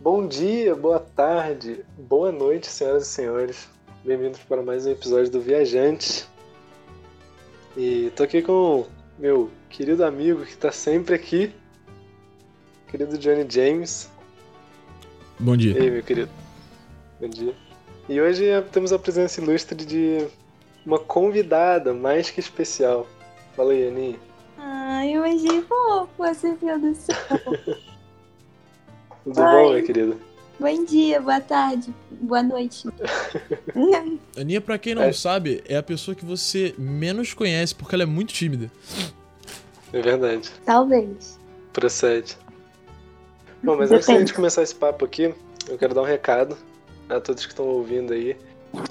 Bom dia, boa tarde, boa noite, senhoras e senhores. Bem-vindos para mais um episódio do Viajante. E tô aqui com meu querido amigo que tá sempre aqui, querido Johnny James. Bom dia. E aí, meu querido? Bom dia. E hoje temos a presença ilustre de uma convidada mais que especial. Fala aí, Aninha. Ai, é eu achei fofo esse fio do céu. Tudo Oi. bom, minha querida? Bom dia, boa tarde, boa noite. Aninha, pra quem não É. sabe, é a pessoa que você menos conhece, porque ela é muito tímida. É verdade. Talvez. Procede. Bom, mas antes da Depende. gente começar esse papo aqui, eu quero dar um recado a todos que estão ouvindo aí,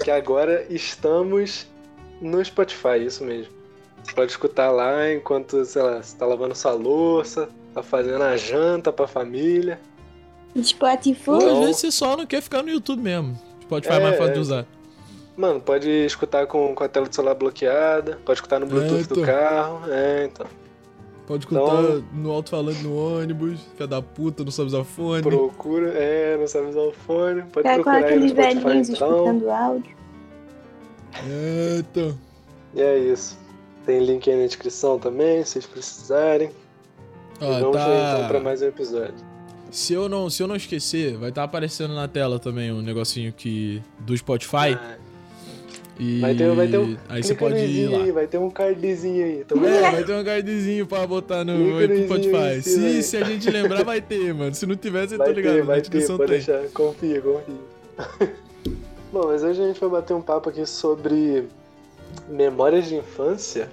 que agora estamos no Spotify, isso mesmo. Você pode escutar lá enquanto, sei lá, você tá lavando sua louça, tá fazendo a janta pra família. Ou Spotify. Então- às vezes você só não quer ficar no YouTube mesmo. Spotify é É, mais fácil é. de usar. Mano, pode escutar com, com a tela do celular bloqueada, pode escutar no Bluetooth do Eita. carro, é, então. Pode escutar Então- no alto-falante no ônibus, filha da puta, no sabzafone. Procura, é, não sabe usar o fone, pode Tá com procurar aí no aqueles Spotify velhinhos então. escutando áudio. É, então. E é isso. Tem link aí na descrição também, se vocês precisarem. Ó, e vamos aí, então tá... pra mais um episódio. se, eu não, se eu não esquecer, vai estar aparecendo na tela também um negocinho que do Spotify. Ah, e Vai ter- vai ter um- Aí clica você pode no ir izinho lá. aí, vai ter um cardzinho aí, tá vendo? É, vai ter um guidezinho pra botar no Clica no pro izinho em Spotify. cima aí. Se, se a gente lembrar, vai ter, mano. Se não tiver, você né? tá Vai ligado. ter, na vai ter, descrição pode tem. deixar, confia, confia. Bom, mas hoje a gente vai bater um papo aqui sobre memórias de infância.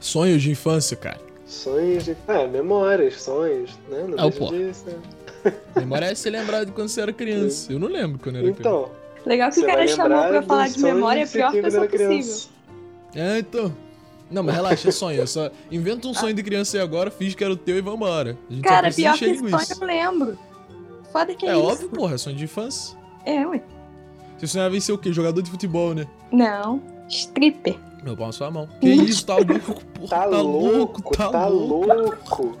Sonhos de infância, cara. Sonhos de. Ah, memórias, sonhos, né? Não É o deixa pó. disso, né? Memória é se lembrar de quando você era criança. Eu não lembro quando eu era Então, Legal que você o vai cara chamou lembrar pra falar dos de memória, é sonhos que pior você pessoa teve quando era possível. criança. criança. É, então. Não, mas relaxa, é sonho. é Só inventa um sonho de criança aí agora, finge que era o teu e vambora. A gente Cara, só precisa pior que encher esse sonho linguiça. eu lembro. Foda que é, É isso. óbvio, porra, é sonho de infância. É, ué. Você sonhava em ser o quê? Jogador de futebol, né? Não. Stripper. Meu pau na sua mão. Que isso, tá louco, porra. Tá, louco, tá louco.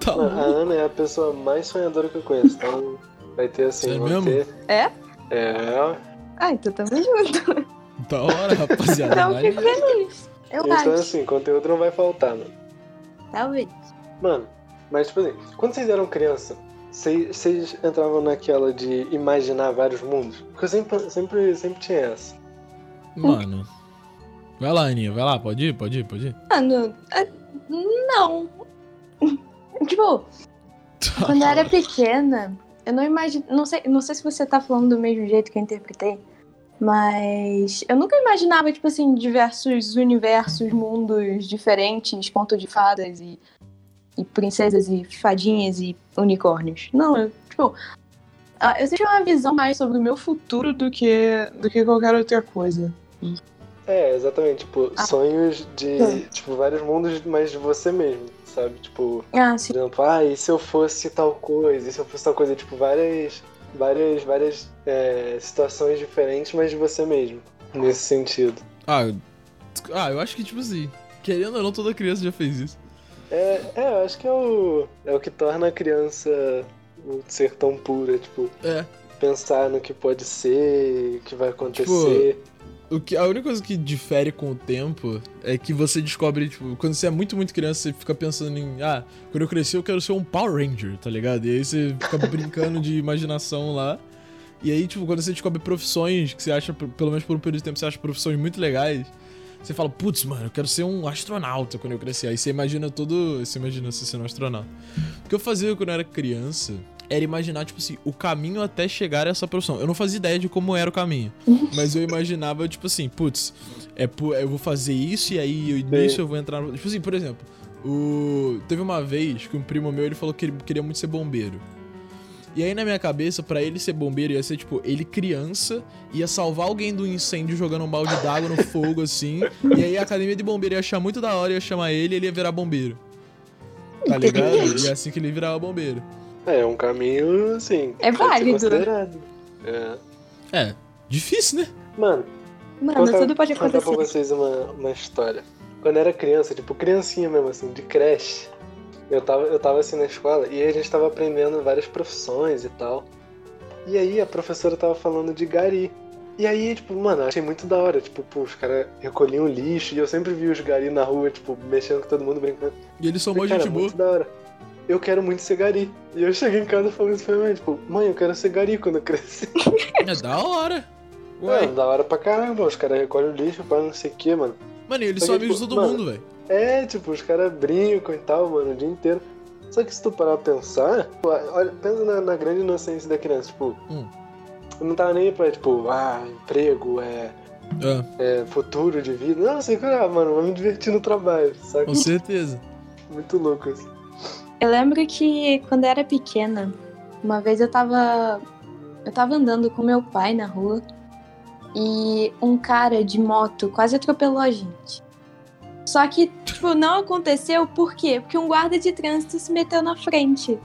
Tá Uhum. Mano, a louco. Ana é a pessoa mais sonhadora que eu conheço. Então vai ter assim, Sério vão mesmo? ter. É? É. Ah, então tamo junto. Da hora, rapaziada. Então eu vai. fico feliz. Eu Então acho. assim, conteúdo não vai faltar, mano. Talvez. Mano, mas tipo assim, quando vocês eram criança, vocês, vocês entravam naquela de imaginar vários mundos? Porque eu sempre, sempre, sempre tinha essa. Mano. Vai lá, Aninha, vai lá, pode ir, pode ir, pode ir. Mano, é- não. Tipo, quando eu era pequena, eu não imagino. Não sei, não sei se você tá falando do mesmo jeito que eu interpretei, mas eu nunca imaginava, tipo assim, diversos universos, mundos diferentes, conto de fadas e, e princesas e fadinhas e unicórnios. Não, eu, tipo. ah, Eu sempre tinha uma visão mais sobre o meu futuro do que, do que qualquer outra coisa. É, exatamente, tipo, Ah. sonhos de, Sim. tipo, vários mundos, mas de você mesmo, sabe? Tipo, Ah, sim. por exemplo, ah, e se eu fosse tal coisa, e se eu fosse tal coisa, tipo, várias, várias, várias é, situações diferentes, mas de você mesmo, nesse sentido. Ah, eu- ah, eu acho que, tipo assim, querendo ou não, toda criança já fez isso. É, é, eu acho que é o, é o que torna a criança o ser tão pura, tipo, É. pensar no que pode ser, o que vai acontecer. O que, a única coisa que difere com o tempo é que você descobre, tipo, quando você é muito, muito criança, você fica pensando em, ah, quando eu crescer eu quero ser um Power Ranger, tá ligado? E aí você fica brincando de imaginação lá. E aí, tipo, quando você descobre profissões que você acha, por- pelo menos por um período de tempo, você acha profissões muito legais, você fala, putz, mano, eu quero ser um astronauta quando eu crescer. Aí você imagina todo. Você imagina você sendo um astronauta. O que eu fazia quando eu era criança era imaginar, tipo assim, o caminho até chegar é a essa profissão. Eu não fazia ideia de como era o caminho. Mas eu imaginava, tipo assim, putz, é, pu- eu vou fazer isso e aí eu, nisso eu vou entrar. no- Tipo assim, por exemplo, o... teve uma vez que um primo meu ele falou que ele queria muito ser bombeiro. E aí na minha cabeça, pra ele ser bombeiro, ia ser tipo, ele criança, ia salvar alguém do incêndio jogando um balde d'água no fogo, assim. E aí a academia de bombeiro ia achar muito da hora, ia chamar ele e ele ia virar bombeiro. Tá ligado? E é assim que ele virava bombeiro. É, é um caminho, assim, É pode ser válido. considerado. É. É, difícil, né? Mano, Mano, contar- tudo pode contar é pra acontecer. vocês uma, uma história. Quando eu era criança, tipo, criancinha mesmo, assim, de creche, eu tava, eu tava assim na escola e aí a gente tava aprendendo várias profissões e tal. E aí a professora tava falando de gari. E aí, tipo, mano, eu achei muito da hora. Tipo, pô, os caras recolhiam um lixo e eu sempre vi os gari na rua, tipo, mexendo com todo mundo, brincando. E eles são Falei, mó cara, gente boa. muito da hora. Eu quero muito ser gari. E eu cheguei em casa falando isso pra minha mãe, tipo, mãe, eu quero ser gari quando eu crescer. É da hora. Ué, Ué. da hora pra caramba, os caras recolhem o lixo, pá, não sei o que, mano. Mano, e eles Só são que, amigos de tipo, todo mano, mundo, velho. É, tipo, os caras brincam e tal, mano, o dia inteiro. Só que se tu parar pra pensar, pô, olha, pensa na, na grande inocência da criança, tipo, Hum. eu não tava nem aí pra, tipo, ah, emprego, é, Ah, é futuro de vida. Não, sei o que lá, mano, vou me divertir no trabalho, saca? Ah, com certeza. Muito louco assim. isso. Eu lembro que quando eu era pequena, uma vez eu tava. Eu tava andando com meu pai na rua e um cara de moto quase atropelou a gente. Só que, tipo, não aconteceu por quê? Porque um guarda de trânsito se meteu na frente.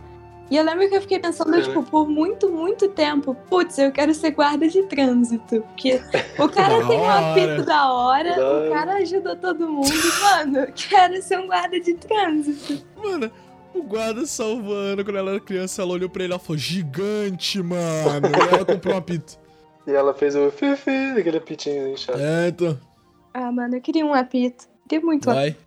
E eu lembro que eu fiquei pensando, É. tipo, por muito, muito tempo, putz, eu quero ser guarda de trânsito. Porque o cara Da tem um hora. apito da hora, Da o hora. cara ajuda todo mundo. Mano, eu quero ser um guarda de trânsito. Mano, o guarda salvou a Ana quando ela era criança. Ela olhou pra ele e falou: Gigante, mano. E ela comprou um apito. E ela fez o fifi daquele apitinho inchado. É, então. Ah, mano, eu queria um apito. Queria muito um apito.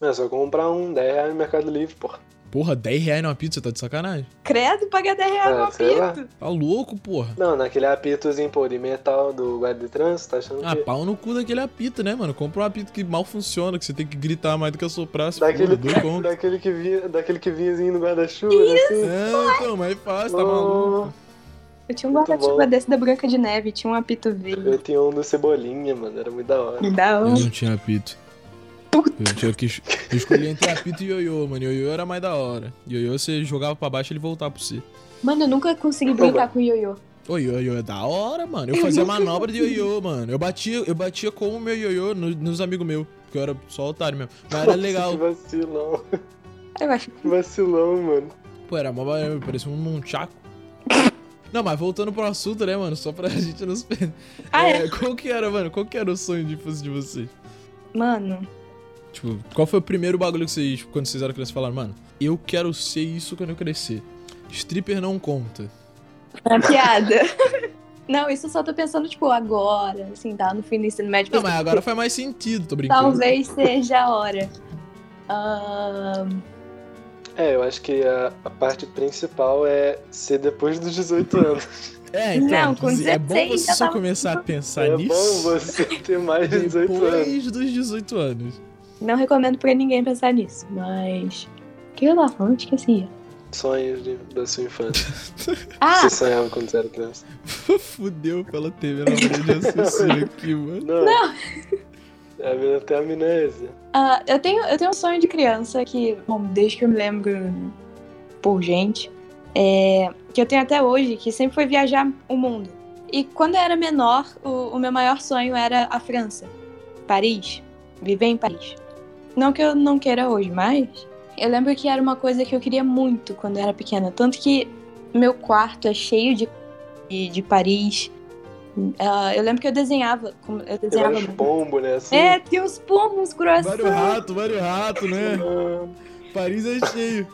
Vai. É só comprar um, 10 reais no Mercado Livre, porra. Porra, 10 reais numa pizza, tá de sacanagem. Credo, pagar 10 reais Ah, no sei lá. é um apito. Tá louco, porra. Não, naquele apitozinho, pô, de metal do guarda de trânsito, tá achando Ah, que... pau no cu daquele apito, né, mano? Compra um apito que mal funciona, que você tem que gritar mais do que assoprar. se Daquele, for, dois contos. daquele, que vinha, daquele que vinhazinho no guarda-chuva, né, assim. É, então, mais fácil, tá maluco. Eu tinha um Muito guarda-chuva bom. desse da Branca de Neve, tinha um apito verde. Eu tinha um do Cebolinha, mano, era muito da hora. Da Eu hora. não tinha apito. Eu, tinha que, eu escolhi entre apito e ioiô, mano. Ioiô era mais da hora. Ioiô você jogava pra baixo e ele voltava pro si. Mano, eu nunca consegui brincar com o ioiô. Ô, ioiô é da hora, mano. Eu fazia manobra de ioiô, mano. Eu batia, eu batia com o meu ioiô no- nos amigos meus. Porque eu era só otário mesmo. Mas era Nossa, legal. Que vacilão, Eu acho que vacilão, mano. Pô, era mó barulho, parecia um munchaco. Não, mas voltando pro assunto, né, mano? Só pra gente não se perder. Ah, é? Qual que era, mano? Qual que era o sonho de infância de vocês? Mano, Tipo, qual foi o primeiro bagulho que vocês, tipo, quando vocês eram crianças, falaram, mano, eu quero ser isso quando eu crescer. Stripper não conta. é uma piada. não, isso eu só tô pensando, tipo, agora, assim, tá? No fim do ensino médio. Não, porque mas agora faz mais sentido, tô brincando. Talvez seja a hora. Ahn, É, eu acho que a, a parte principal é ser depois dos 18 anos. É, então, Não, com é bom 16 você já só tava- começar a pensar é Tá nisso bom você ter mais de 18 anos. depois dos 18 anos. não recomendo pra ninguém pensar nisso, mas. O que eu tava falando? Esqueci. Sonhos de- da sua infância. Ah, Você sonhava quando você era criança. Fudeu pela TV na hora de raciocínio aqui, mano. Não. Não. A menina tem amnésia. Ah, eu, tenho, eu tenho um sonho de criança que, bom, desde que eu me lembro por gente, é, que eu tenho até hoje, que sempre foi viajar o mundo. E quando eu era menor, o, o meu maior sonho era a França, Paris, viver em Paris. Não que eu não queira hoje, mas eu lembro que era uma coisa que eu queria muito quando eu era pequena. Tanto que meu quarto é cheio de, de, de Paris. Ah, eu lembro que eu desenhava. como- Eu Tem desenhava vários pombos, né? Assim. é, tem uns pomos grossos. Vário rato, vário rato, né? Ah, Paris é cheio.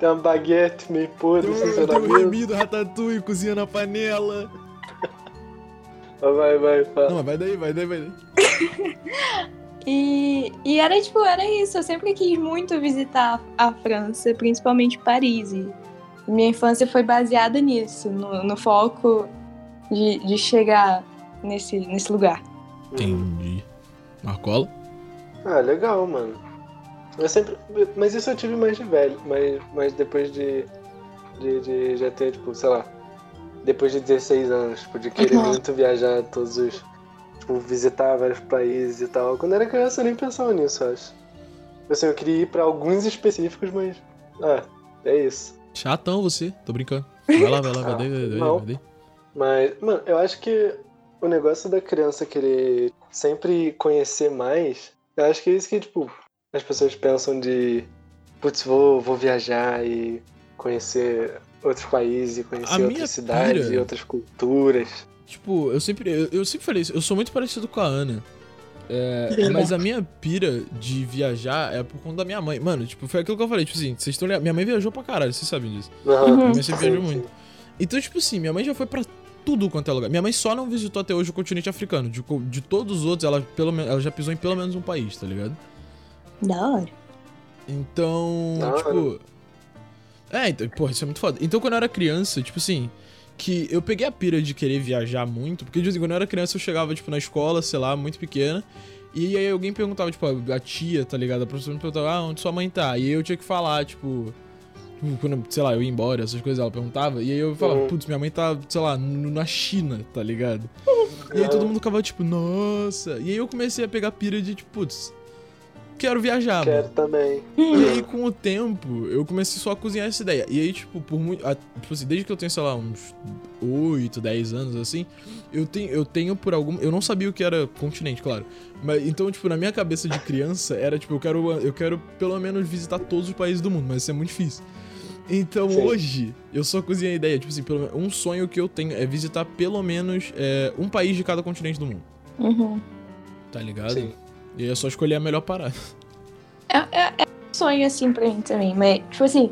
Tem uma baguete meio podre, Tem assim, um, sei tem lá. um remi do ratatouille, cozinha na panela. Vai, vai, Não, fala. mas vai daí, vai daí, vai daí. E, e era tipo, era isso. Eu sempre quis muito visitar a França, principalmente Paris. E minha infância foi baseada nisso, no, no foco de, de chegar nesse, nesse lugar. Entendi. Marcola? Ah, legal, mano. Eu sempre. Mas isso eu tive mais de velho. Mas, mas depois de, de, de já ter, tipo, sei lá. Depois de 16 anos, tipo, de querer Uhum. muito viajar todos os. Tipo, visitar vários países e tal. Quando eu era criança eu nem pensava nisso, eu acho. Assim, eu queria ir pra alguns específicos, mas. Ah, é isso. Chatão você, tô brincando. Vai lá, vai lá, vai daí, vai daí, Não. vai daí. Mas, mano, eu acho que o negócio da criança querer sempre conhecer mais, eu acho que é isso que, tipo, as pessoas pensam de, putz, vou, vou viajar e conhecer outros países, e conhecer minha outras cidades pira- e outras culturas. Tipo, eu sempre, eu, eu sempre falei isso, eu sou muito parecido com a Ana. É, Verdade. mas a minha pira de viajar é por conta da minha mãe. Mano, tipo, foi aquilo que eu falei, tipo assim, vocês estão ligados. Minha mãe viajou pra caralho, vocês sabem disso. Não, Uhum. Minha mãe sempre viajou muito. Então, tipo assim, minha mãe já foi pra tudo quanto é lugar. Minha mãe só não visitou até hoje o continente africano. De, co- de todos os outros, ela, pelo, men- ela já pisou em pelo menos um país, tá ligado? Da hora. Então, Da hora. tipo. É, então, porra, isso é muito foda. Então, quando eu era criança, tipo assim, que eu peguei a pira de querer viajar muito, porque de vez em quando eu era criança eu chegava, tipo, na escola, sei lá, muito pequena, e aí alguém perguntava, tipo, a tia, tá ligado? A professora me perguntava, ah, onde sua mãe tá? E aí eu tinha que falar, tipo. tipo, Quando, sei lá, eu ia embora, essas coisas, ela perguntava, e aí eu falava, Uhum. putz, minha mãe tá, sei lá, no- na China, tá ligado? E aí todo Uhum. mundo ficava tipo, nossa. E aí eu comecei a pegar pira de tipo, putz, quero viajar, Quero mano. também. E Uhum. aí com o tempo, eu comecei só a cozinhar essa ideia. E aí, tipo, por muito. a- Tipo assim, desde que eu tenho, sei lá, uns 8, 10 anos assim, eu tenho, eu tenho por algum. Eu não sabia o que era continente, claro. Mas então, tipo, na minha cabeça de criança era tipo, eu quero, eu quero pelo menos visitar todos os países do mundo, mas isso é muito difícil. Então Sim. hoje, eu só cozinhei a ideia, tipo assim, pelo, um sonho que eu tenho é visitar pelo menos é, um país de cada continente do mundo. Uhum. Tá ligado? Sim. E aí é só escolher a melhor parada. É, Sonho assim pra mim também, mas, tipo assim,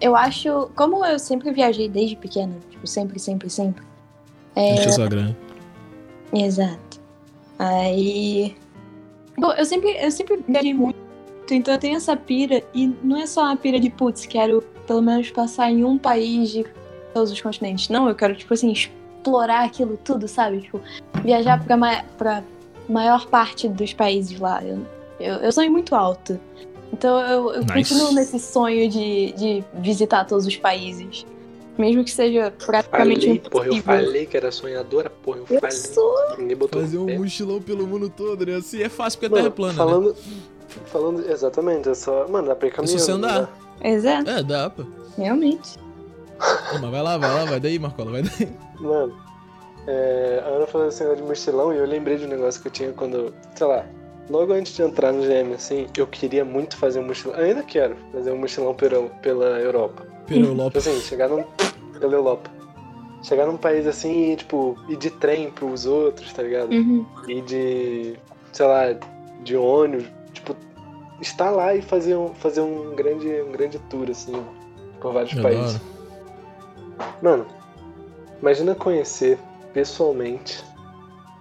eu acho. Como eu sempre viajei desde pequena, tipo, sempre, sempre, sempre. Deixa eu só grana. Exato. Aí. Bom, eu sempre, eu sempre viajei muito, então eu tenho essa pira, e não é só uma pira de putz, quero pelo menos passar em um país de todos os continentes. Não, eu quero, tipo assim, explorar aquilo tudo, sabe? Tipo, viajar pra, ma pra maior parte dos países lá. Eu, eu, eu sonho muito alto. Então eu, eu Nice. continuo nesse sonho de, de visitar todos os países. Mesmo que seja praticamente Falei, porra, eu impossível. falei que era sonhadora, porra, eu tipo, Eu falei. sou. Ninguém botou Fazer fé. um mochilão pelo mundo todo, né? Assim é fácil porque a terra É. Mano, é plana, né? falando, falando exatamente, é só. Mano, dá pra ir É só caminhando. você andar. né? Exato, É, dá, pô. realmente. Ô, Mas vai lá, vai lá, vai daí, Marcola, vai daí. Mano, é, a Ana falou assim de mochilão e eu lembrei de um negócio que eu tinha quando, sei lá, logo antes de entrar no GM, assim, eu queria muito fazer um mochilão. Ainda quero fazer um mochilão pela, pela Europa. Perou Tipo Lopes. assim, chegar num. Pela Europa. Chegar num país assim e, tipo, ir de trem pros outros, tá ligado? Uhum. e de, sei lá, de ônibus, tipo, estar lá e fazer um, fazer um, grande, um grande tour, assim, por vários É Da países. Mano, imagina conhecer pessoalmente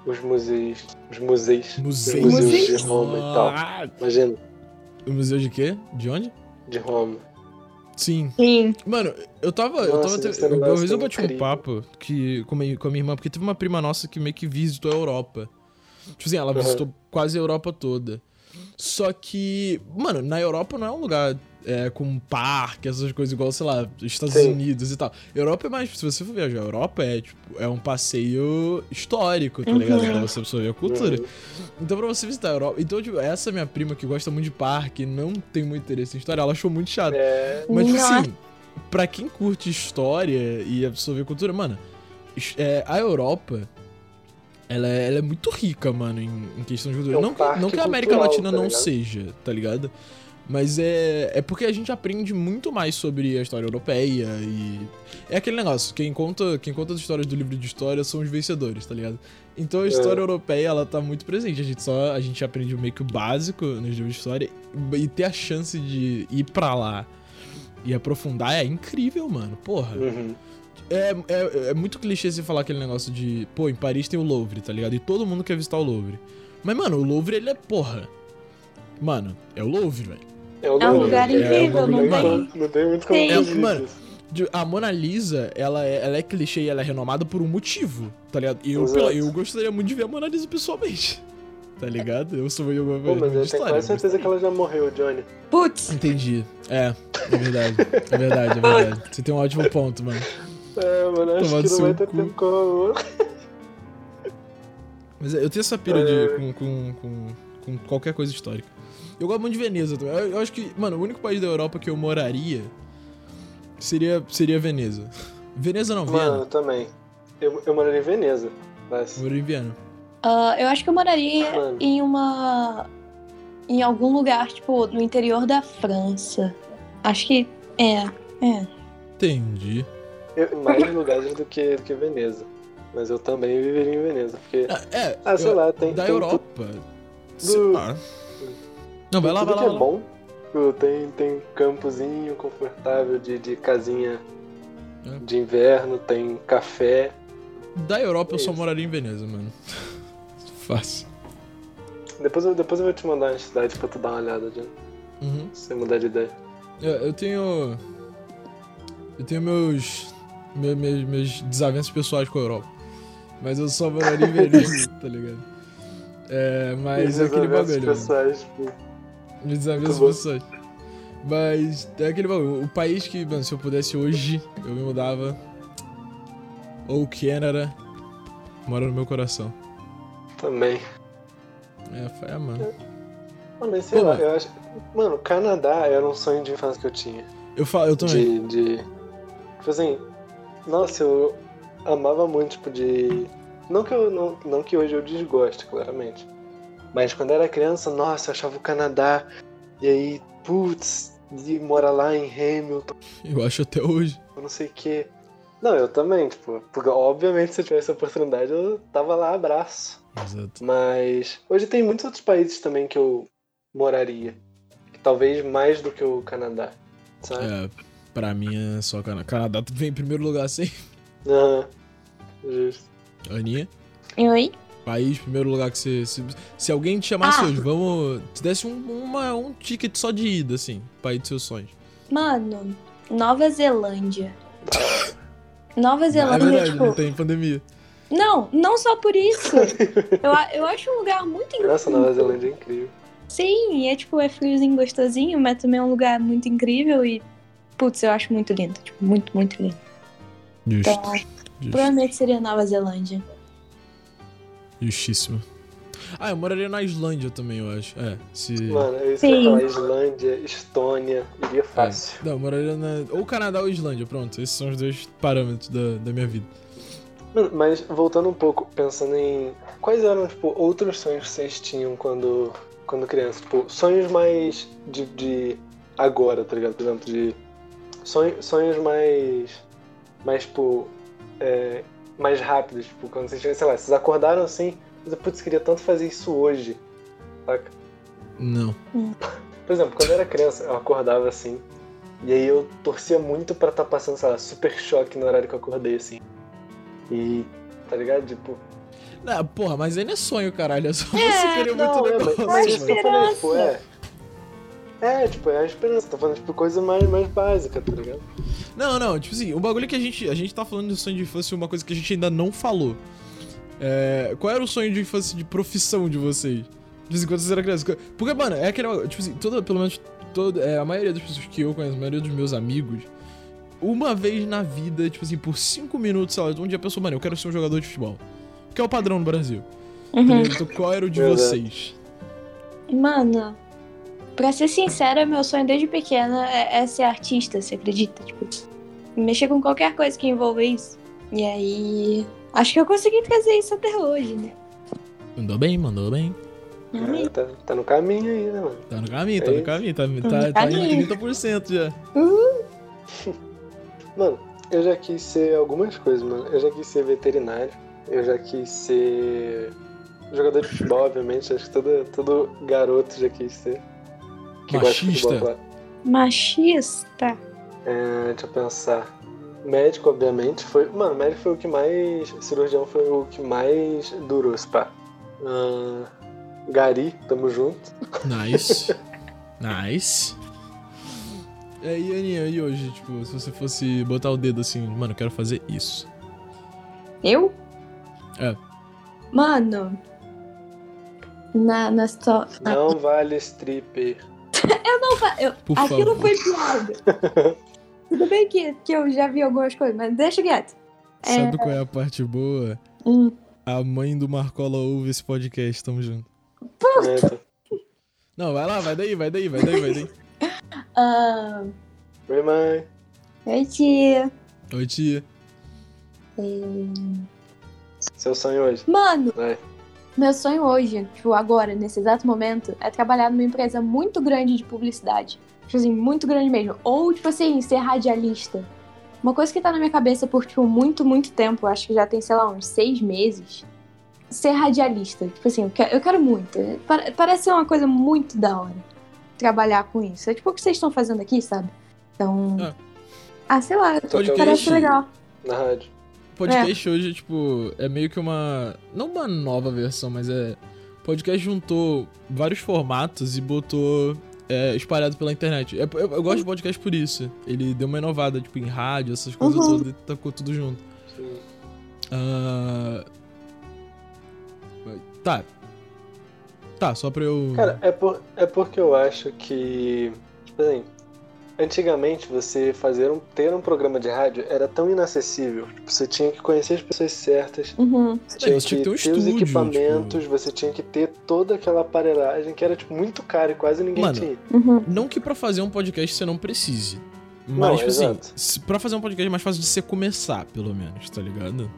os museus, os museus, Museu. os Museus. museus de Roma e tal. Ah, Imagina, O museu de quê? De onde? de Roma. Sim. Sim. Mano, eu tava. eu Nossa, tava. deve ser um Te... Uma negócio vez eu bati um incrível. papo que, com, a minha, com a minha irmã, porque teve uma prima nossa que meio que visitou a Europa. Tipo assim, ela Aham. visitou quase a Europa toda. Só que, mano, na Europa não é um lugar é, com parque, essas coisas, igual, sei lá, Estados Sim. Unidos e tal. Europa é mais. Se você for viajar, a Europa é, tipo, é um passeio histórico, tá Uhum. ligado? Pra você absorver a cultura. Uhum. Então, pra você visitar a Europa. Então, tipo, essa minha prima que gosta muito de parque, não tem muito interesse em história, ela achou muito chato. É, Mas, tipo Nossa. assim, pra quem curte história e absorver cultura, mano, es- é, a Europa. Ela é, ela é muito rica, mano, em, em questão de cultura. É um não, que- parque não que a América cultural, Latina tá não ligado? seja, tá ligado? Mas é, é porque a gente aprende muito mais sobre a história europeia e. É aquele negócio, quem conta, quem conta as histórias do livro de história são os vencedores, tá ligado? Então É. a história europeia, ela tá muito presente. A gente só a gente aprende meio que o básico nos livros de história e ter a chance de ir pra lá e aprofundar é incrível, mano. Porra. uhum. É, é, é muito clichê você falar aquele negócio de, pô, em Paris tem o Louvre, tá ligado? E todo mundo quer visitar o Louvre. Mas, mano, o Louvre, ele é porra. Mano, é o Louvre, velho. É um lugar incrível, não não tem- Não tem muito como Tem. fugir É um Mano, disso. De- A Mona Lisa, ela é, ela é clichê e ela é renomada por um motivo, tá ligado? E eu, Exato. eu gostaria muito de ver a Mona Lisa pessoalmente, tá ligado? Eu sou eu, eu, Pô, mas de eu tenho história, quase mas- certeza que ela já morreu, Johnny. Putz, Entendi. É, é verdade. É verdade, é verdade. Você tem um ótimo ponto, mano. É, mano, acho Tomado que não vai seu ter cu. tempo como. Mas é, eu tenho essa pira de, É. com, com, com, com qualquer coisa histórica. Eu gosto muito de Veneza também. Eu, eu acho que, mano, o único país da Europa que eu moraria seria, seria Veneza. Veneza não, Mano, Viena. eu também. Eu, eu moraria em Veneza. Mas... Eu moro em Viena. ah, eu acho que eu moraria Mano. em uma. em algum lugar, tipo, no interior da França. Acho que. É, é. Entendi. Eu, mais lugares do que, do que Veneza. Mas eu também viveria em Veneza. Porque, Ah, é, ah, sei eu- lá, tem. da tem Europa. Sei do- lá. Não, vai lá, tudo que vai lá. vai é lá. bom. Tipo, Tem, tem campozinho confortável de, de casinha É. de inverno, tem café. Da Europa eu só Isso. moraria em Veneza, mano. Fácil. Depois eu, depois eu vou te mandar uma cidade pra tu dar uma olhada, Jano, Uhum. se você mudar de ideia. Eu, eu tenho. Eu tenho meus, me- meus. meus desavenças pessoais com a Europa. Mas eu só moraria em Veneza, tá ligado? É, mas Esses é aquele eventos bagulho. mano. pessoais, tipo, Me desafios Muito bom. pessoas. Mas é aquele bagulho. O país que, mano, se eu pudesse hoje, eu me mudava. Ou Canadá. Mora no meu coração. também. É, fa- é mano. Mano, sei Pô, lá, mano. eu acho. Mano, Canadá era um sonho de infância que eu tinha. Eu, falo, eu também. De, de. Tipo assim, nossa, eu amava muito, tipo, de. Não que, eu, não, não que hoje eu desgoste, claramente. Mas quando era criança, nossa, eu achava o Canadá. E aí, putz, e mora lá em Hamilton, Eu acho até hoje. não sei o quê. Não, eu também, tipo, porque obviamente se eu tivesse a oportunidade, eu tava lá, abraço. Exato. Mas hoje tem muitos outros países também que eu moraria. Talvez mais do que o Canadá. Sabe? É, pra mim é só Canadá. Canadá vem em primeiro lugar sem. Aham. Justo. Aninha. Oi? País, primeiro lugar que você. Se, se alguém te chamasse Ah. hoje, vamos. Te desse um, uma, um ticket só de ida, assim. País dos seus sonhos. Mano, Nova Zelândia. Nova é Zelândia, verdade, tipo. não tem pandemia. Não, não só por isso. eu, a- eu acho um lugar muito incrível. Nossa, Nova Zelândia é incrível. Sim, é tipo, é friozinho gostosinho, mas também é um lugar muito incrível e. Putz, eu acho muito lindo. Tipo, muito, muito lindo. Justo. Então, justo. provavelmente seria Nova Zelândia. Justíssimo. Ah, eu moraria na Islândia também, eu acho. É, se. Mano, é isso que eu ia Sim. falar. Islândia, Estônia, iria fácil. Não, eu moraria na. Ou Canadá ou Islândia, pronto. Esses são os dois parâmetros da, da minha vida. Mano, mas voltando um pouco, pensando em quais eram, tipo, outros sonhos que vocês tinham quando, quando criança? Tipo, sonhos mais de, de agora, tá ligado? Por exemplo, de sonho, sonhos mais, mais, tipo, é, mais rápidos. Tipo, quando vocês, tiveram, sei lá, vocês acordaram assim, mas, putz, queria tanto fazer isso hoje, saca? Não. Por exemplo, quando eu era criança, eu acordava assim, e aí eu torcia muito pra estar passando, sei lá, super choque no horário que eu acordei, assim. E, tá ligado? Tipo, Ah, porra, mas aí não é sonho, caralho. É só você querer Não, muito é, mas- negócio. mas mano. isso que eu falei, tipo, é. É, tipo, é a esperança. Tô falando, tipo, coisa mais, mais básica, tá ligado? Não, não, tipo assim, o bagulho que a gente. A gente tá falando de sonho de infância, uma coisa que a gente ainda não falou. É, qual era o sonho de infância de profissão de vocês? De assim, quando vocês eram crianças? Porque, mano, é aquele bagulho. Tipo assim, toda, pelo menos toda, é, a maioria das pessoas que eu conheço, a maioria dos meus amigos, uma vez na vida, tipo assim, por cinco minutos, sei lá, um dia a pessoa, mano, eu quero ser um jogador de futebol. Que é o padrão no Brasil. Uhum. Então, qual era o de Verdade. vocês? Mano, pra ser sincera, meu sonho desde pequena é, é ser artista, você acredita? Tipo, mexer com qualquer coisa que envolva isso. E aí, acho que eu consegui trazer isso até hoje, né? Mandou bem, mandou bem. É, tá, tá no caminho aí, né, mano? Tá no caminho, tá É no isso. caminho, tá, no tá, tá em caminho. 30% já. Mano, eu já quis ser algumas coisas, mano. Eu já quis ser veterinário, eu já quis ser jogador de futebol, obviamente. Acho que todo, todo garoto já quis ser. Que Machista. gosta de futebol, claro. Machista. É, deixa eu pensar. Médico, obviamente, foi. Mano, médico foi o que mais. Cirurgião foi o que mais durou, se pá. Ah, Gari, tamo junto. Nice. nice. É, E aí, Aninha, e hoje, tipo, se você fosse botar o dedo assim, mano, eu quero fazer isso. Eu? É. Mano, na, na situa- Não vale stripper. Não, fa- eu- Por aquilo favor. foi piada. Tudo bem que, que eu já vi algumas coisas, mas deixa quieto. Sabe qual é a parte boa? Hum. A mãe do Marcola ouve esse podcast, tamo junto. Né? Então, Não, vai lá, vai daí, vai daí, vai daí, vai daí. Ah, é Oi, mãe. oi, tia. Oi, tia. Seu sonho hoje. Mano, Vai. Meu sonho hoje, tipo, agora, nesse exato momento, é trabalhar numa empresa muito grande de publicidade. Tipo assim, muito grande mesmo. Ou, tipo assim, ser radialista. Uma coisa que tá na minha cabeça por, tipo, muito, muito tempo, acho que já tem, sei lá, uns seis meses, ser radialista. Tipo assim, eu que- eu quero, muito. Pa- Parece ser uma coisa muito da hora trabalhar com isso. É tipo o que vocês estão fazendo aqui, sabe? Então, Ah. Ah, sei lá, Podcast. parece legal. na rádio. Podcast hoje, tipo, é meio que uma. Não uma nova versão, mas é. Podcast juntou vários formatos e botou é, espalhado pela internet. É, eu, eu gosto de podcast por isso. Ele deu uma inovada, tipo, em rádio, essas coisas Uhum. todas, e tacou tudo junto. Sim. Ah, Tá. Tá, só pra eu. Cara, é, por- é porque eu acho que. tipo assim, antigamente você fazer um, ter um programa de rádio era tão inacessível. Tipo, você tinha que conhecer as pessoas certas, Uhum. você tinha você que tinha que ter, ter um os estúdio, equipamentos, você tinha que ter toda aquela aparelhagem que era tipo, muito cara e quase ninguém Mano, tinha. Uhum. Não que pra fazer um podcast você não precise. Mas, Não, tipo exato. assim, se- pra fazer um podcast é mais fácil de você começar, pelo menos, tá ligado?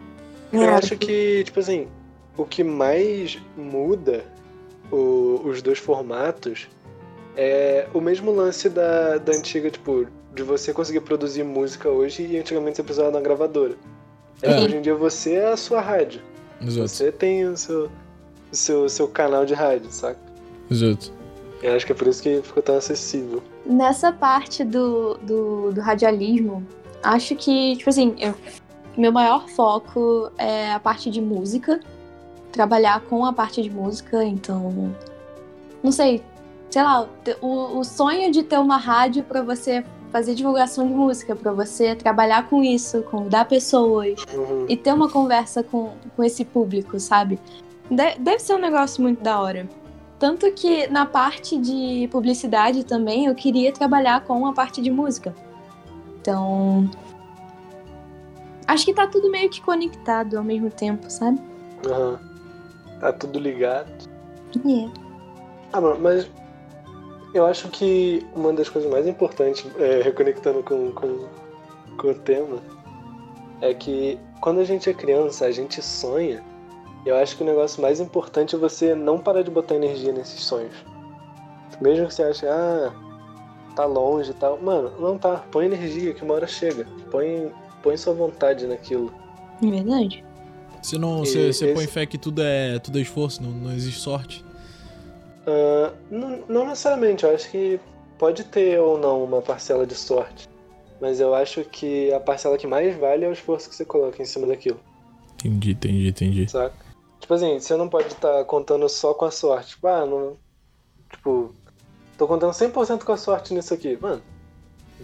É. Eu acho que, tipo assim, o que mais muda o- os dois formatos é o mesmo lance da, da antiga, tipo, de você conseguir produzir música hoje e antigamente você precisava de uma gravadora. É que É. hoje em dia você é a sua rádio. Exato, Você tem o seu, o seu, o seu canal de rádio, saca? exato. Eu acho que é por isso que ficou tão acessível. Nessa parte do, do, do radialismo, acho que, tipo assim, eu, meu maior foco é a parte de música, trabalhar com a parte de música, então. Não sei, sei lá, te- o, o sonho de ter uma rádio pra você fazer divulgação de música, pra você trabalhar com isso, convidar pessoas Uhum. e ter uma conversa com, com esse público, sabe? De- deve ser um negócio muito da hora. Tanto que na parte de publicidade também eu queria trabalhar com a parte de música. Então. Acho que tá tudo meio que conectado ao mesmo tempo, sabe? aham. Tá tudo ligado. Yeah. Ah, mano, mas eu acho que uma das coisas mais importantes, é, reconectando com, com, com o tema, é que quando a gente é criança, a gente sonha. Eu acho que o negócio mais importante é você não parar de botar energia nesses sonhos. Mesmo que você ache, ah, tá longe e tal. Mano, não tá. Põe energia que uma hora chega. Põe, põe sua vontade naquilo. Não é verdade? Se não, E você você esse- põe fé que tudo é, tudo é esforço, não, não existe sorte. Ah, não, não necessariamente, eu acho que pode ter ou não uma parcela de sorte. Mas eu acho que a parcela que mais vale é o esforço que você coloca em cima daquilo, Entendi, entendi, entendi. saca? Tipo assim, você não pode estar contando só com a sorte. Tipo, ah, não. Tipo, tô contando 100% com a sorte nisso aqui. Mano,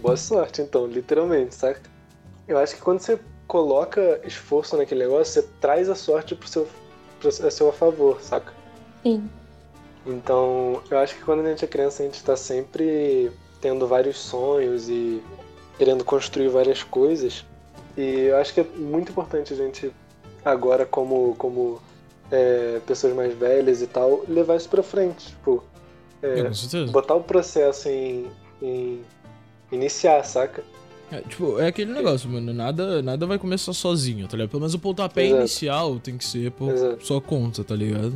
boa sorte então, literalmente, saca? Eu acho que quando você coloca esforço naquele negócio, você traz a sorte pro seu, pro, a seu favor, saca? Sim. Então, eu acho que quando a gente é criança, a gente tá sempre tendo vários sonhos e querendo construir várias coisas. E eu acho que é muito importante a gente, agora, como, como é, pessoas mais velhas e tal, levar isso pra frente. Tipo, é, É, com certeza. botar o processo em, em iniciar, saca? É, tipo, é aquele negócio, mano. Nada, nada vai começar sozinho, tá ligado? Pelo menos o pontapé Exato. inicial tem que ser por Exato. sua conta, tá ligado?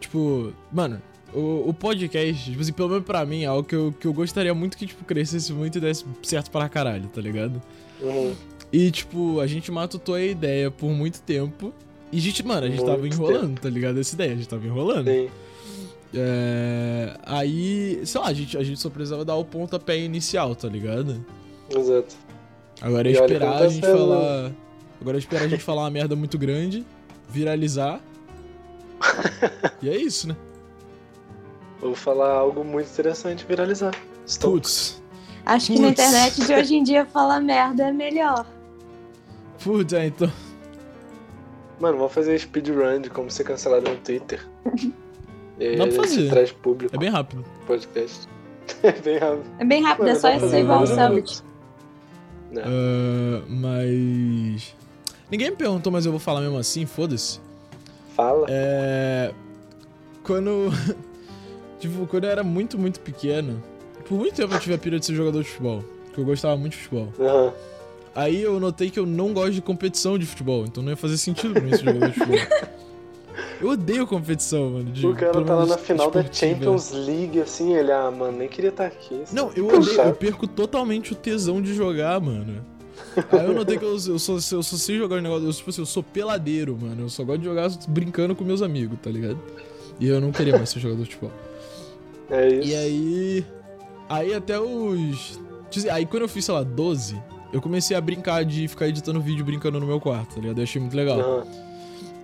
Tipo, mano, o, o podcast, tipo assim, pelo menos pra mim, é algo que eu, que eu gostaria muito que, tipo, crescesse muito e desse certo pra caralho, tá ligado? Uhum. E, tipo, a gente matutou a ideia por muito tempo. E, a gente, mano, a gente tava Muito enrolando, tá ligado? Essa ideia, a gente tava enrolando. Sim. É, aí, sei lá, a gente, a gente só precisava dar o pontapé inicial, tá ligado? Exato. Agora é E olha esperar como tá a gente sendo. falar. Agora é esperar a gente falar uma merda muito grande, viralizar. e é isso, né? Vou falar algo muito interessante viralizar. Estou... Putz. Acho que na Putz. internet de hoje em dia falar merda é melhor. Putz, é, então. Mano, vamos fazer speedrun de como ser cancelado no Twitter. E aí Dá pra a gente fazer. traz público É bem rápido. pro podcast. É bem rápido. É bem rápido, é só Mano, isso igual o mano. Selbit. Ah, mas. Ninguém me perguntou, mas eu vou falar mesmo assim, foda-se. Fala. É. Quando. tipo, quando eu era muito, muito pequeno. Por muito tempo eu tive a pira de ser jogador de futebol. Porque eu gostava muito de futebol. Aham. Aí eu notei que eu não gosto de competição de futebol, então não ia fazer sentido pra mim ser jogador de futebol. Eu odeio competição, mano. de- O cara pelo tá lá menos na final da esportiva. Champions League, assim, ele, ah, mano, nem queria estar aqui. assim. Não, eu odeio, Puxa. eu perco totalmente o tesão de jogar, mano. Aí eu notei que eu, eu só, eu só sei jogar um negócio, eu, tipo assim, eu sou peladeiro, mano. Eu só gosto de jogar brincando com meus amigos, tá ligado? E eu não queria mais ser jogador de futebol. É isso. tipo assim, E aí. Aí até os. Aí quando eu fiz, sei lá, 12, Eu comecei a brincar de ficar editando vídeo brincando no meu quarto, tá ligado? Eu achei muito legal. Aham.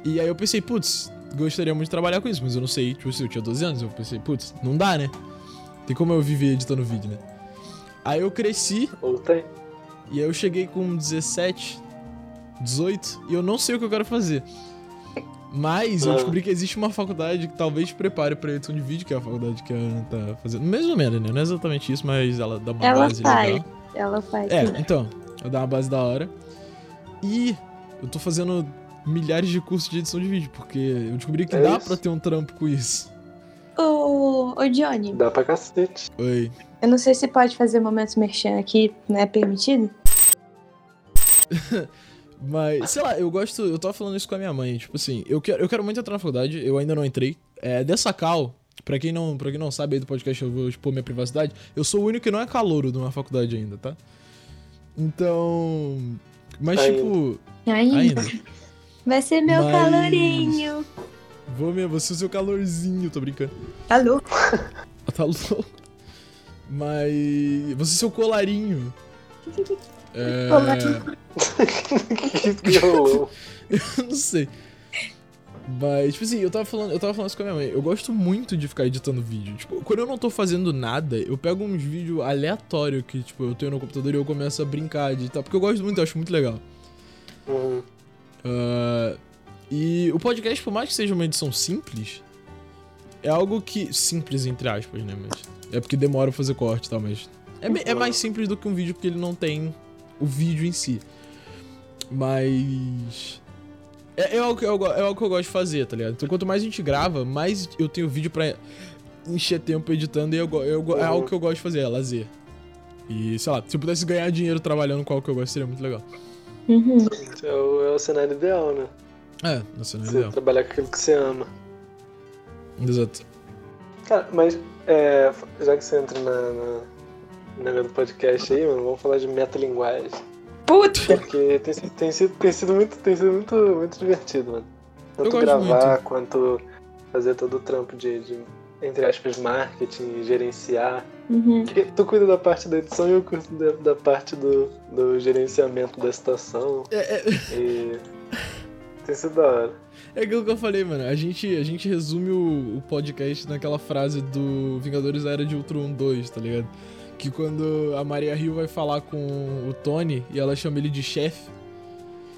E aí eu pensei, putz, gostaria muito de trabalhar com isso, mas eu não sei, tipo, se eu tinha 12 anos, eu pensei, putz, não dá, né? Tem como eu viver editando vídeo, né? Aí eu cresci Ou tem. e aí eu cheguei com 17, 18 e eu não sei o que eu quero fazer. Mas eu Ah. descobri que existe uma faculdade que talvez te prepare pra edição de vídeo, que é a faculdade que a Ana tá fazendo. Mais ou menos, né? Não é exatamente isso, mas ela dá uma Ela base faz. legal. Ela faz. É, então, eu dar uma base da hora. E eu tô fazendo milhares de cursos de edição de vídeo, porque eu descobri que É dá isso. pra ter um trampo com isso. Ô, ô, Johnny, Dá pra cacete. Oi. eu não sei se pode fazer momentos merchan aqui, não é permitido? Mas, sei lá, eu gosto. Eu tava falando isso com a minha mãe. Tipo assim, eu quero, eu quero muito entrar na faculdade, eu ainda não entrei. É, dessa cal. Pra quem, não, pra quem não sabe aí do podcast, eu vou expor minha privacidade. Eu sou o único que não é calouro de uma faculdade ainda, tá? Então. Mas, Ainda. tipo. Ainda. Ainda. Vai ser meu Mas- calorinho. Vou mesmo, você o seu calorzinho, tô brincando. Alô? Ah, Tá louco. Mas. Você e seu colarinho. É... Colarinho. que que rolou? Não sei. Mas, tipo assim, eu tava falando, eu tava falando isso com a minha mãe. Eu gosto muito de ficar editando vídeo. Tipo, quando eu não tô fazendo nada, eu pego uns vídeos aleatórios que, tipo, eu tenho no computador e eu começo a brincar de tal. Porque eu gosto muito, eu acho muito legal. Uhum. Ah, e o podcast, por mais que seja uma edição simples, é algo que. Simples, entre aspas, né? Mas. É porque demora pra fazer corte e tal, mas. É, me- é mais simples do que um vídeo porque ele não tem o vídeo em si. Mas. É, é algo, que eu, go- é algo que eu gosto de fazer, tá ligado? Então quanto mais a gente grava, mais eu tenho vídeo pra encher tempo editando e eu, go- eu go- é Uhum. algo que eu gosto de fazer, é lazer. E sei lá, se eu pudesse ganhar dinheiro trabalhando com algo que eu gosto, seria muito legal. Uhum. É o, é o cenário ideal, né? É, nossa, não é Você legal. trabalhar com aquilo que você ama. Exato. Cara, mas é, já que você entra na, na, no negócio do podcast aí, mano, vamos falar de metalinguagem. Puta! Porque tem, sido- tem sido, tem sido, muito, tem sido muito, muito divertido, mano. Eu Tanto gosto gravar muito. quanto fazer todo o trampo de, de, entre aspas, marketing, gerenciar. Uhum. Porque tu cuida da parte da edição e eu cuido da, da parte do, do gerenciamento da situação. É, é, E tem sido da hora. é aquilo que eu falei, mano. A gente, a gente resume o, o podcast naquela frase do Vingadores da Era de Ultron 2, tá ligado? Que quando a Maria Hill vai falar com o Tony e ela chama ele de chefe.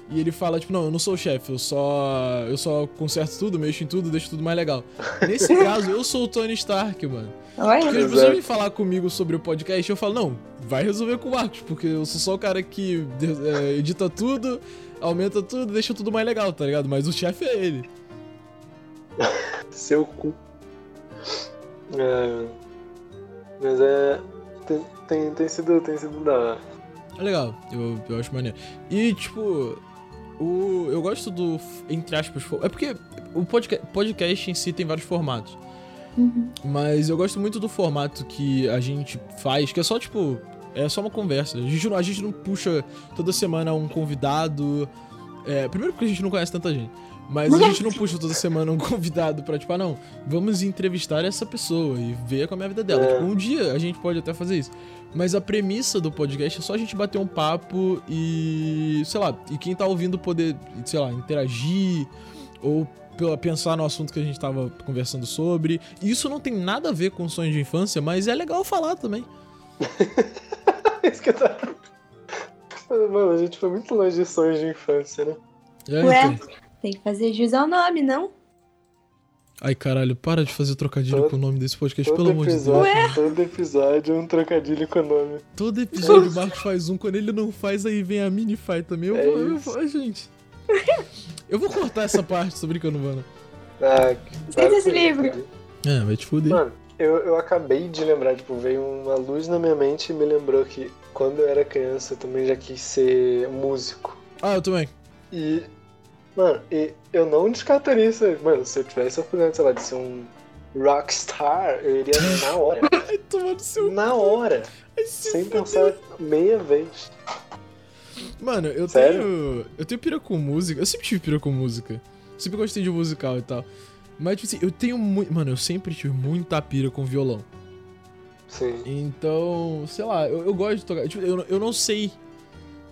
E ele fala, tipo, não, eu não sou o chefe, eu só. Eu só conserto tudo, mexo em tudo, deixo tudo mais legal. Nesse caso, eu sou o Tony Stark, mano. Porque Olha. as pessoas Exato. vêm falar comigo sobre o podcast, eu falo, não, vai resolver com o Marcos, porque eu sou só o cara que de- é, edita tudo, aumenta tudo, deixa tudo mais legal, tá ligado? Mas o chefe é ele. Seu cu. É, mas é. Tem, tem, tem sido, tem sido da hora. É legal, eu, eu acho maneiro. E, tipo, o, eu gosto do, f- entre aspas, fo- é porque o podcast, podcast em si tem vários formatos. Uhum. Mas eu gosto muito do formato que a gente faz, que é só tipo. É só uma conversa. A gente não, a gente não puxa toda semana um convidado. É, primeiro porque a gente não conhece tanta gente. Mas a gente não puxa toda semana um convidado pra, tipo, ah, não, vamos entrevistar essa pessoa e ver como é a vida dela. É. Tipo, um dia a gente pode até fazer isso. Mas a premissa do podcast é só a gente bater um papo e. sei lá, e quem tá ouvindo poder, sei lá, interagir ou pela- pensar no assunto que a gente tava conversando sobre. E Isso não tem nada a ver com sonhos de infância, mas é legal falar também. Isso que eu tava- Mano, a gente foi muito longe de sonhos de infância, né? É, Ué. então. Tem que fazer jus ao nome, não? Ai, caralho, para de fazer trocadilho Todo- com o nome desse podcast, Todo pelo amor de Deus. episódio, todo episódio é um trocadilho com o nome. Todo episódio o Marcos faz um, quando ele não faz, aí vem a mini faz também. Eu É vou, eu isso. vou, gente. Eu vou cortar essa parte, tô brincando, mano. Ah, Esquece esse livro. É, vai te fuder. Mano, eu, eu acabei de lembrar, tipo, veio uma luz na minha mente e me lembrou que quando eu era criança eu também já quis ser músico. Ah, eu também. E, mano, e eu não descartaria isso. aí. Mano, se eu tivesse a oportunidade, sei lá, de ser um rockstar, eu iria na hora. Ai, tomando seu. Na hora. Ai, se Sem pensar meia vez. Mano, eu Sério? tenho. Eu tenho pira com música. Eu sempre tive pira com música. Sempre gostei de musical e tal. Mas, tipo assim, eu tenho muito. Mano, eu sempre tive muita pira com violão. Sim. Então, sei lá, eu, eu gosto de tocar. Tipo, eu, eu não sei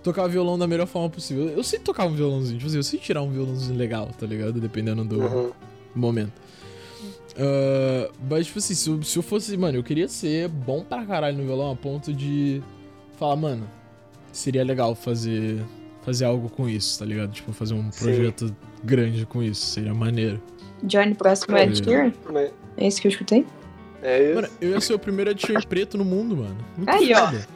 tocar violão da melhor forma possível. Eu sei tocar um violãozinho, tipo assim, eu sei tirar um violãozinho legal, tá ligado? Dependendo do Uhum. momento. Ah, mas, tipo assim, se eu, se eu fosse, mano, eu queria ser bom pra caralho no violão a ponto de falar, mano, seria legal fazer, fazer algo com isso, tá ligado? Tipo, fazer um Sim. projeto grande com isso, seria maneiro. Johnny próximo Ed Sheeran? Mas É isso que eu escutei? É isso. Mano, eu ia ser o primeiro Ed Sheeran preto no mundo, mano. Muito Aí, ó. foda.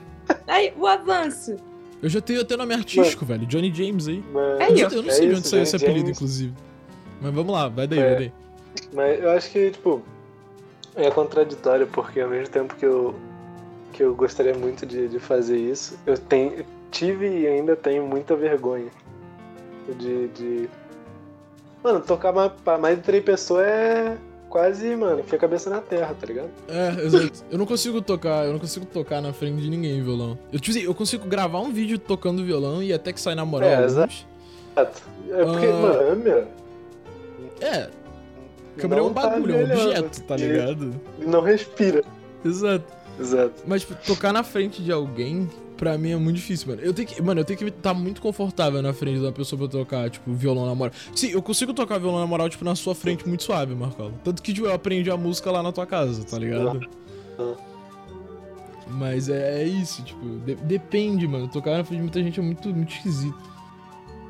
Aí, o avanço. Eu já tenho até nome artístico, velho. Johnny James aí. Mas- Aí, eu, ó. eu não É sei de isso, onde saiu esse Johnny apelido, James. inclusive. Mas vamos lá, vai daí, É. vai daí. Mas eu acho que, tipo, é contraditório, porque ao mesmo tempo que eu, que eu gostaria muito de, de fazer isso, eu tenho, tive e ainda tenho muita vergonha de. de... Mano, tocar ma- pra mais de três pessoas é quase, mano, fica a cabeça na terra, tá ligado? É, exato. Eu não consigo tocar, eu não consigo tocar na frente de ninguém violão. Eu, tipo assim, eu consigo gravar um vídeo tocando violão e até que sai na moral. É, alguns. exato. Exato. É porque, Ah. mano, câmera. É, câmera é não um tá bagulho, é um melhorando. objeto, tá ligado? E Não respira. Exato. Exato. Mas tipo, tocar na frente de alguém, pra mim é muito difícil, mano. Eu tenho que, mano, eu tenho que estar muito confortável na frente de uma pessoa pra eu tocar, tipo, violão na moral. Sim, eu consigo tocar violão na moral, tipo, na sua frente muito suave, Marcola. Tanto que, tipo, eu aprendi a música lá na tua casa, tá ligado? Ah. Mas é, é isso, tipo, de- depende, mano. Tocar na frente de muita gente é muito, muito esquisito.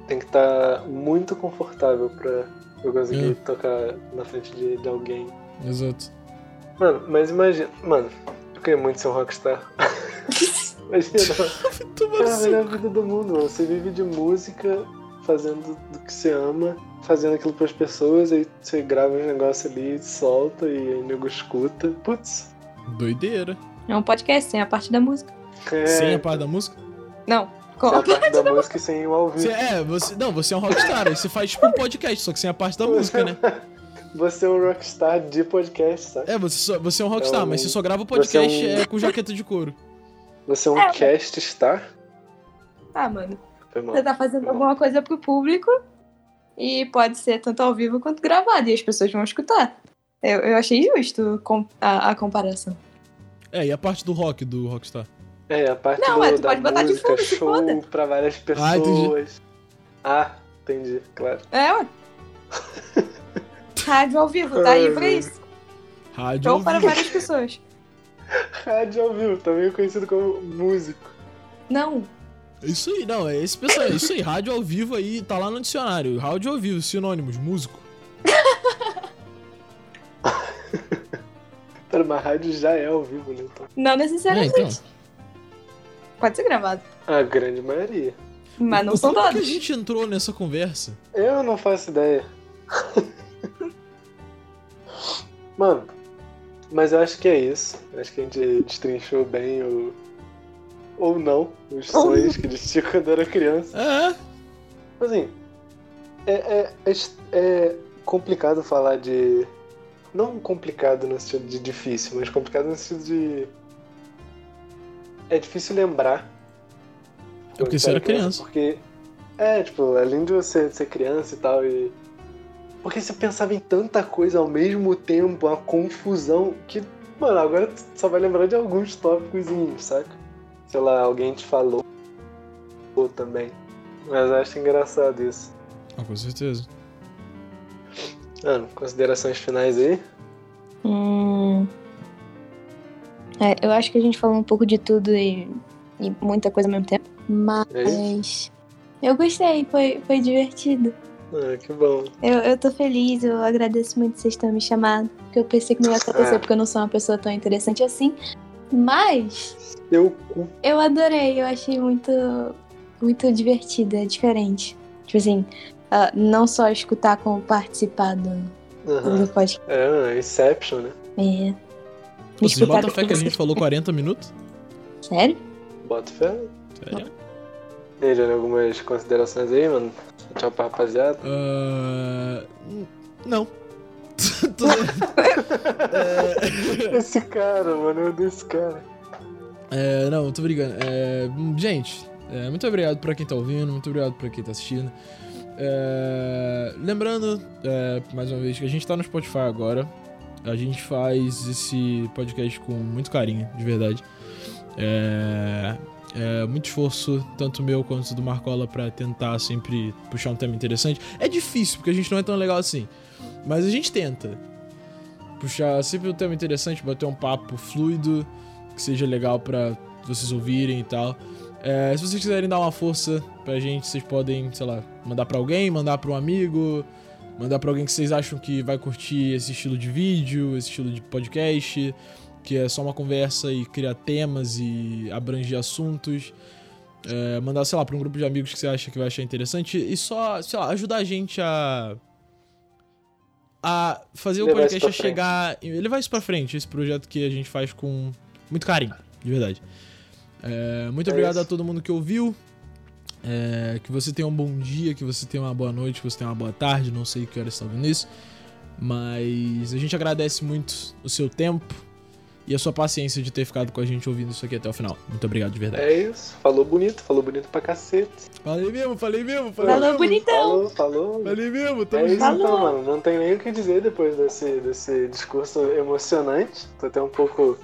Tem que estar muito confortável pra eu conseguir Hum. tocar na frente de, de alguém. Exato. Mano, mas imagina. Mano, eu queria muito ser um rockstar. imagina. Tomara É a assim. melhor vida do mundo, mano. Você vive de música, fazendo do que você ama, fazendo aquilo pras pessoas, aí você grava um negócio ali, solta e aí o nego escuta. Putz. Doideira. É um podcast sem a parte da música. É, Sem a parte da música. Não, com sem a a parte da música e sem o ao Você, vivo. é, você. Não, você é um rockstar. aí você faz tipo um podcast, só que sem a parte da música, né? Você é um rockstar de podcast, tá? sabe? É, você, só, você é um rockstar, É um- mas você só grava o podcast você é um- é, com jaqueta de couro. Você é um É. cast star. Ah, mano. Foi mal. Você tá fazendo alguma coisa pro público e pode ser tanto ao vivo quanto gravado e as pessoas vão escutar. Eu, eu achei justo com- a, a comparação. É, e a parte do rock do rockstar? É, a parte Não, do, é, tu da pode botar de música, fundo, se show foda. pra várias Ah, entendi. pessoas. Ah, entendi, claro. É, ué. Rádio ao vivo, tá aí pra isso. Rádio. Show ao Então, para vivo. várias pessoas. Rádio ao vivo, também conhecido como músico. Não, Isso aí, não, é esse pessoal, é isso aí, rádio ao vivo aí, tá lá no dicionário. Rádio ao vivo, sinônimos, músico. Pera, mas rádio já é ao vivo, né? Então, não É, necessariamente. então. Pode ser gravado. a grande maioria. Mas não Mas são como é que a todos. gente entrou nessa conversa? Eu não faço ideia. Mano, mas eu acho que é isso. Eu acho que a gente destrinchou bem o. Ou não, os sonhos que a gente tinha quando era criança. É, Assim, é, é, é, est- é complicado falar de. Não complicado no sentido de difícil, mas complicado no sentido de. É difícil lembrar. É porque você era criança. Porque. É, tipo, além de você ser criança e tal, e. Porque você pensava em tanta coisa ao mesmo tempo, uma confusão, que, mano, agora tu só vai lembrar de alguns tópicos, saca? Sei lá, alguém te falou ou também. Mas eu acho engraçado isso. ah, com certeza. Mano, Ah, considerações finais aí? Hum. É, eu acho que a gente falou um pouco de tudo e, e muita coisa ao mesmo tempo. É Mas eu gostei, foi, foi divertido. Ah, que bom. Eu, eu tô feliz, eu agradeço muito vocês terem me chamado. Porque eu pensei que não ia acontecer, Ah. É. porque eu não sou uma pessoa tão interessante assim. Mas Seu cu. eu adorei, eu achei muito, muito divertido, é diferente. Tipo assim, ah, não só escutar como participar do, Aham. do podcast. É, Inception, né? É. Vocês Escutar botam fé que a gente falou 40 minutos? Sério? Bota fé. Sério? E aí, Jânio, algumas considerações aí, mano? Tchau pra rapaziada. Ah, n- não. Tô- É, Esse cara, mano, eu odeio esse cara. É, não, eu tô brigando. É, hum, gente, é, muito obrigado pra quem tá ouvindo, muito obrigado pra quem tá assistindo. É, lembrando, é, mais uma vez, que a gente tá no Spotify agora. A gente faz esse podcast com muito carinho, de verdade. É, É, muito esforço, tanto meu quanto do Marcola, para tentar sempre puxar um tema interessante. É difícil, porque a gente não é tão legal assim. Mas a gente tenta. Puxar sempre um tema interessante, bater um papo fluido, que seja legal para vocês ouvirem e tal. É, se vocês quiserem dar uma força pra gente, vocês podem, sei lá, mandar pra alguém, mandar pra um amigo, mandar pra alguém que vocês acham que vai curtir esse estilo de vídeo, esse estilo de podcast, que é só uma conversa e criar temas e abranger assuntos. É, mandar, sei lá, pra um grupo de amigos que você acha que vai achar interessante e só, sei lá, ajudar a gente a. a fazer Levar o isso podcast pra a chegar. Levar isso pra frente, esse projeto que a gente faz com muito carinho, de verdade. É, muito É obrigado isso. a todo mundo que ouviu. É, que você tenha um bom dia, que você tenha uma boa noite, que você tenha uma boa tarde. Não sei que horas estão vendo isso. Mas a gente agradece muito o seu tempo e a sua paciência de ter ficado com a gente ouvindo isso aqui até o final. Muito obrigado de verdade. É isso. Falou bonito, falou bonito pra cacete. Falei mesmo, falei mesmo, falei Falou mesmo. bonitão! Falou, falou. Falei mesmo, É tamo isso junto. então, mano. Não tem nem o que dizer depois desse, desse discurso emocionante. Tô até um pouco.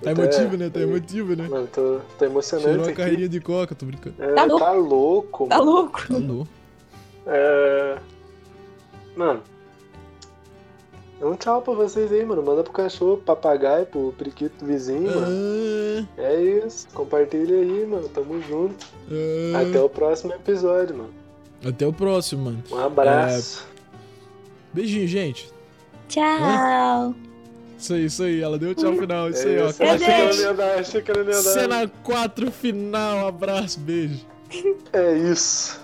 Tá até- emotivo, né? Tá emotivo, né? Mano, tô, tô Cheirou emocionante a É. aqui. carreirinha de coca, tô brincando. É, Tá louco. tá louco, Tá louco? Falou. É... Mano. É um tchau pra vocês aí, mano. Manda pro cachorro, pro papagaio, pro periquito do vizinho, Uhum. mano. Ah, É isso. Compartilha aí, mano. Tamo junto. Uhum. ah. Até o próximo episódio, mano. Até o próximo, mano. Um abraço. Beijinho, gente. Tchau! Isso aí, isso aí. Ela deu tchau final. É, Isso aí, ó. É isso. Achei que era É, gente. verdade, achei que era verdade. Cena 4 final. Abraço, beijo. É isso.